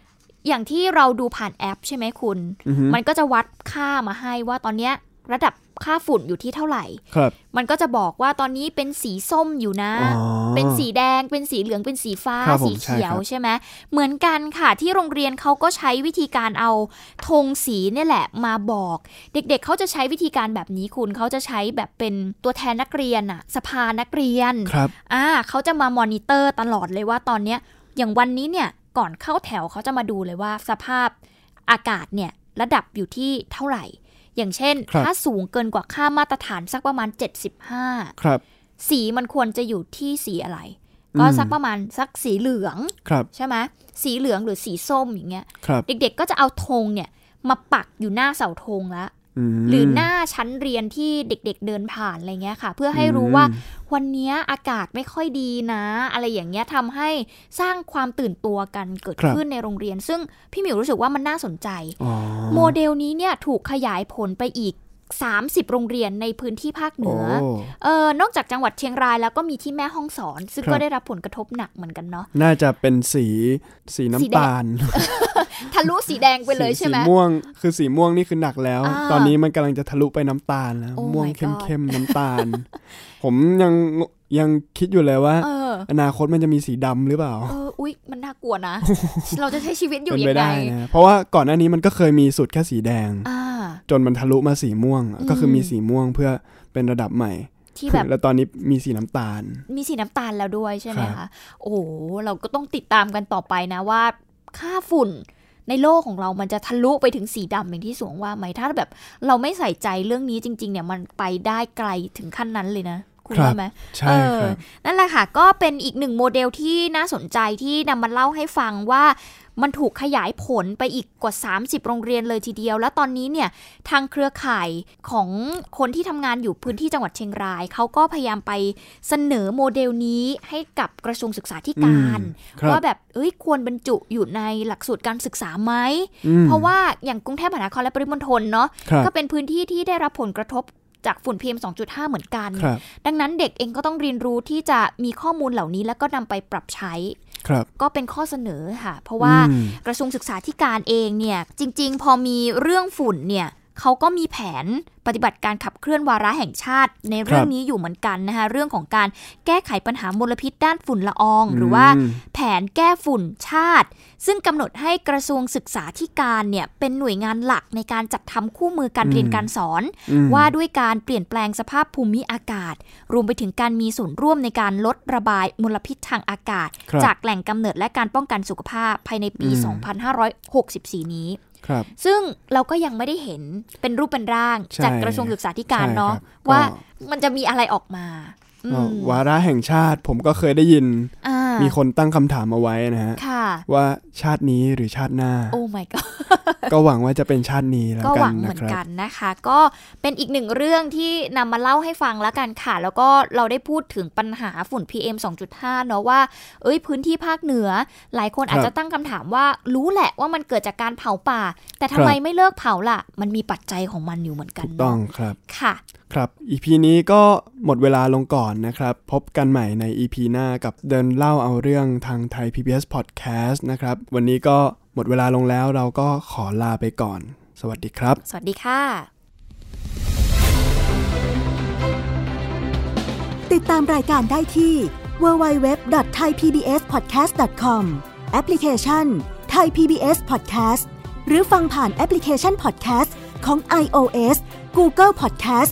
S3: อย่างที่เราดูผ่านแอปใช่ไหมคุณ
S2: อือฮึ
S3: มันก็จะวัดค่ามาให้ว่าตอนเนี้ยระดับค่าฝุ่นอยู่ที่เท่าไหร่
S2: ครับ
S3: มันก็จะบอกว่าตอนนี้เป็นสีส้มอยู่นะ
S2: อ๋อ
S3: เป็นสีแดง เป็นสีเหลือง เป็นสีฟ้า
S2: ครับผม
S3: สีเขีย
S2: ใช่
S3: ว
S2: ครับ
S3: ใช่ไหม เหมือนกันค่ะที่โรงเรียนเขาก็ใช้วิธีการเอาธงสีเนี่ยแหละมาบอก เด็กๆเขาจะใช้วิธีการแบบนี้คุณเขาจะใช้แบบเป็นตัวแทนนักเรียนอะสภานักเรียน
S2: ครับ
S3: อ่าเขาจะมามอนิเตอร์ตลอดเลยว่าตอนเนี้ยอย่างวันนี้เนี่ยก่อนเข้าแถวเขาจะมาดูเลยว่าสภาพอากาศเนี่ยระดับอยู่ที่เท่าไหร่ อย่างเช่น
S2: ครับ
S3: ถ้าสูงเกินกว่าค่ามาตรฐานสักประมาณ
S2: ครับ
S3: 75 สีมันควรจะอยู่ที่สีอะไร ก็
S2: อืม
S3: สักประมาณสักสีเหลือง
S2: ครับ
S3: ใช่ไหมสีเหลืองหรือสีส้มอย่างเงี้ย
S2: ครับ
S3: เด็กๆก็จะเอาธงเนี่ยมาปักอยู่หน้าเสาธงละ
S2: ม
S3: หรือหน้าชั้นเรียนที่เด็กๆเดินผ่านอะไรเงี้ยค่ะ เพื่อให้รู้ว่าวันเนี้ยอากาศไม่ค่อยดีนะ อะไรอย่างเงี้ยทำให้สร้างความตื่นตัวกันเกิด
S2: ครับ
S3: ขึ้นในโรงเรียน ซึ่งพี่หมิวรู้สึกว่ามันน่าสนใจ
S2: อ๋อ
S3: โมเดลนี้เนี่ยถูกขยายผลไปอีก 30 โรงเรียนในพื้นที่ภาคเหนือ
S2: โ
S3: เออนอกจากจังหวัดเชียงรายแล้วก็มีที่แม่ห้องสอน ซึ่ง
S2: ครับ
S3: ก็ได้รับผลกระทบหนักเหมือนกันเนาะ
S2: น่าจะเป็นสีสีน้ำตาล
S3: ทะลุสีแดงไปเลย
S2: สี
S3: ใช่ไหม
S2: สีม่วงคือสีม่วงนี่คือหนักแล้ว
S3: อ่า
S2: ตอนนี้มันกำลังจะทะลุไปน้ำตาลแล้ว
S3: Oh
S2: ม่วง
S3: my
S2: เ
S3: god
S2: ข้มๆน้ำตาล ผมยังยังคิดอยู่เลยว่า
S3: เออ
S2: อนาคตมันจะมีสีดำหรือเปล่า
S3: เอออุ๊ยมันน่ากลัวนะ เราจะใช้ชีวิตอยู่
S2: เป็น
S3: ยั
S2: ไป
S3: งไง
S2: ได้นะเพราะว่าก่อนหน้านี้มันก็เคยมีสุดแค่สีแดง
S3: อ่า
S2: จนมันทะลุมาสีม่วง
S3: อืม
S2: ก็คือมีสีม่วงเพื่อเป็นระดับใหม่
S3: ที่แบบ
S2: แล้วตอนนี้มีสีน้ำตาล
S3: มีสีน้ำตาลแล้วด้วยใช่ไหม
S2: ครั
S3: คะ
S2: บ
S3: โอ้โหเราก็ต้องติดตามกันต่อไปนะว่า ค่าฝุ่นในโลกของเรามันจะทะลุไปถึงสีดำอย่างที่สวงว่าไหมถ้าแบบ เราไม่ใส่ใจเรื่องนี้จริง ๆ เนี่ยมันไปได้ไกลถึงขั้นนั้นเลยนะ คุณว่าไหม
S2: ใช่ครั
S3: เอบ อนั่นแหละค่ะ ก็เป็นอีกหนึ่งโมเดลที่น่าสนใจที่นำมาเล่าให้ฟังว่ามันถูกขยายผลไปอีกกว่า 30 โรงเรียนเลยทีเดียว แล้วตอนนี้เนี่ยทางเครือข่ายของคนที่ทำงานอยู่พื้นที่จังหวัดเชียงราย เขาก็พยายามไปเสนอโมเดลนี้ให้กับกระทรวงศึกษาธิการ
S2: อืมครับ
S3: ว่าแบบเอ้ยควรบรรจุอยู่ในหลักสูตรการศึกษาไหม
S2: อืม
S3: เพราะว่าอย่างกรุงเทพมหานครและปริมณฑลเนาะ
S2: ครับ
S3: ก็เป็นพื้นที่ที่ได้รับผลกระทบจากฝุ่น PM 2.5 เหมือนกัน
S2: ครับ
S3: ดังนั้นเด็กเองก็ต้องเรียนรู้ที่จะมีข้อมูลเหล่านี้แล้วก็นำไปปรับใช้
S2: ครับ
S3: ก็เป็นข้อเสนอค่ะ เพราะว่า
S2: อืม
S3: กระทรวงศึกษาธิการเองเนี่ย จริง ๆ พอมีเรื่องฝุ่นเนี่ยเขาก็มีแผนปฏิบัติการขับเคลื่อนวาระแห่งชาติ ในเรื่อง
S2: ครับ
S3: นี้อยู่เหมือนกันนะคะเรื่องของการแก้ไขปัญหามลพิษด้านฝุ่นละออง หรือว่า
S2: ม
S3: แผนแก้ฝุ่นชาติ ซึ่งกำหนดให้กระทรวงศึกษาธิการเนี่ยเป็นหน่วยงานหลักในการจัดทำคู่มือการ
S2: อืม
S3: เรียนการสอน
S2: อืม
S3: ว่าด้วยการเปลี่ยนแปลงสภาพภูมิอากาศ รวมไปถึงการมีส่วนร่วมในการลดระบายมลพิษทางอากาศ
S2: ครับ
S3: จากแหล่งกำเนิดและการป้องกันสุขภาพภายในปี
S2: อืม
S3: 2564 นี้
S2: ครับ
S3: ซึ่งเราก็ยังไม่ได้เห็นเป็นรูปเป็นร่าง
S2: ใช่
S3: จากกระทรวงศึกษาธิการ
S2: ใช่
S3: เนาะ
S2: ครับก็
S3: ว่ามันจะมีอะไรออกมาอื
S2: ก็
S3: ม
S2: วาระแห่งชาติผมก็เคยได้ยิน
S3: อ่า
S2: มีคนตั้งคำถามเอาไว้นะฮะ
S3: ค่ะ
S2: ว่าชาตินี้หรือชาติหน้า
S3: โอ้ my god
S2: ก็หวังว่าจะเป็นชาตินี้แล้ว
S3: ก็
S2: กัน
S3: หวังเห
S2: นะ
S3: มือ
S2: คน รับ
S3: กันนะคะ ก็เป็นอีกหนึ่งเรื่องที่นำมาเล่าให้ฟังแล้วกันค่ะ แล้วก็เราได้พูดถึงปัญหาฝุ่น PM 2.5 เนาะว่า เอ้ยพื้นที่ภาคเหนือ หลายคน
S2: ครับ
S3: อาจจะตั้งคำถามว่ารู้แหละว่ามันเกิดจากการเผาป่า แต่ทำไม
S2: ครับ
S3: ไม่เลิกเผาล่ะ มันมีปัจจัยของมันอยู่เหมือนกัน
S2: ถูก
S3: เนาะ
S2: ต้องครับ
S3: ค่ะ
S2: ครับ EP นี้ก็หมดเวลาลงก่อนนะครับ พบกันใหม่ใน EP หน้ากับเดินเล่าเอาเรื่องทางไทย PBS Podcast นะครับ วันนี้ก็หมดเวลาลงแล้วเราก็ขอลาไปก่อน สวัสดีครับ
S3: สวัสดีค่ะ
S6: ติดตามรายการได้ที่ www.thaipbspodcast.com แอปพลิเคชัน Thai PBS Podcast หรือฟังผ่านแอปพลิเคชัน Podcast ของ iOS Google Podcast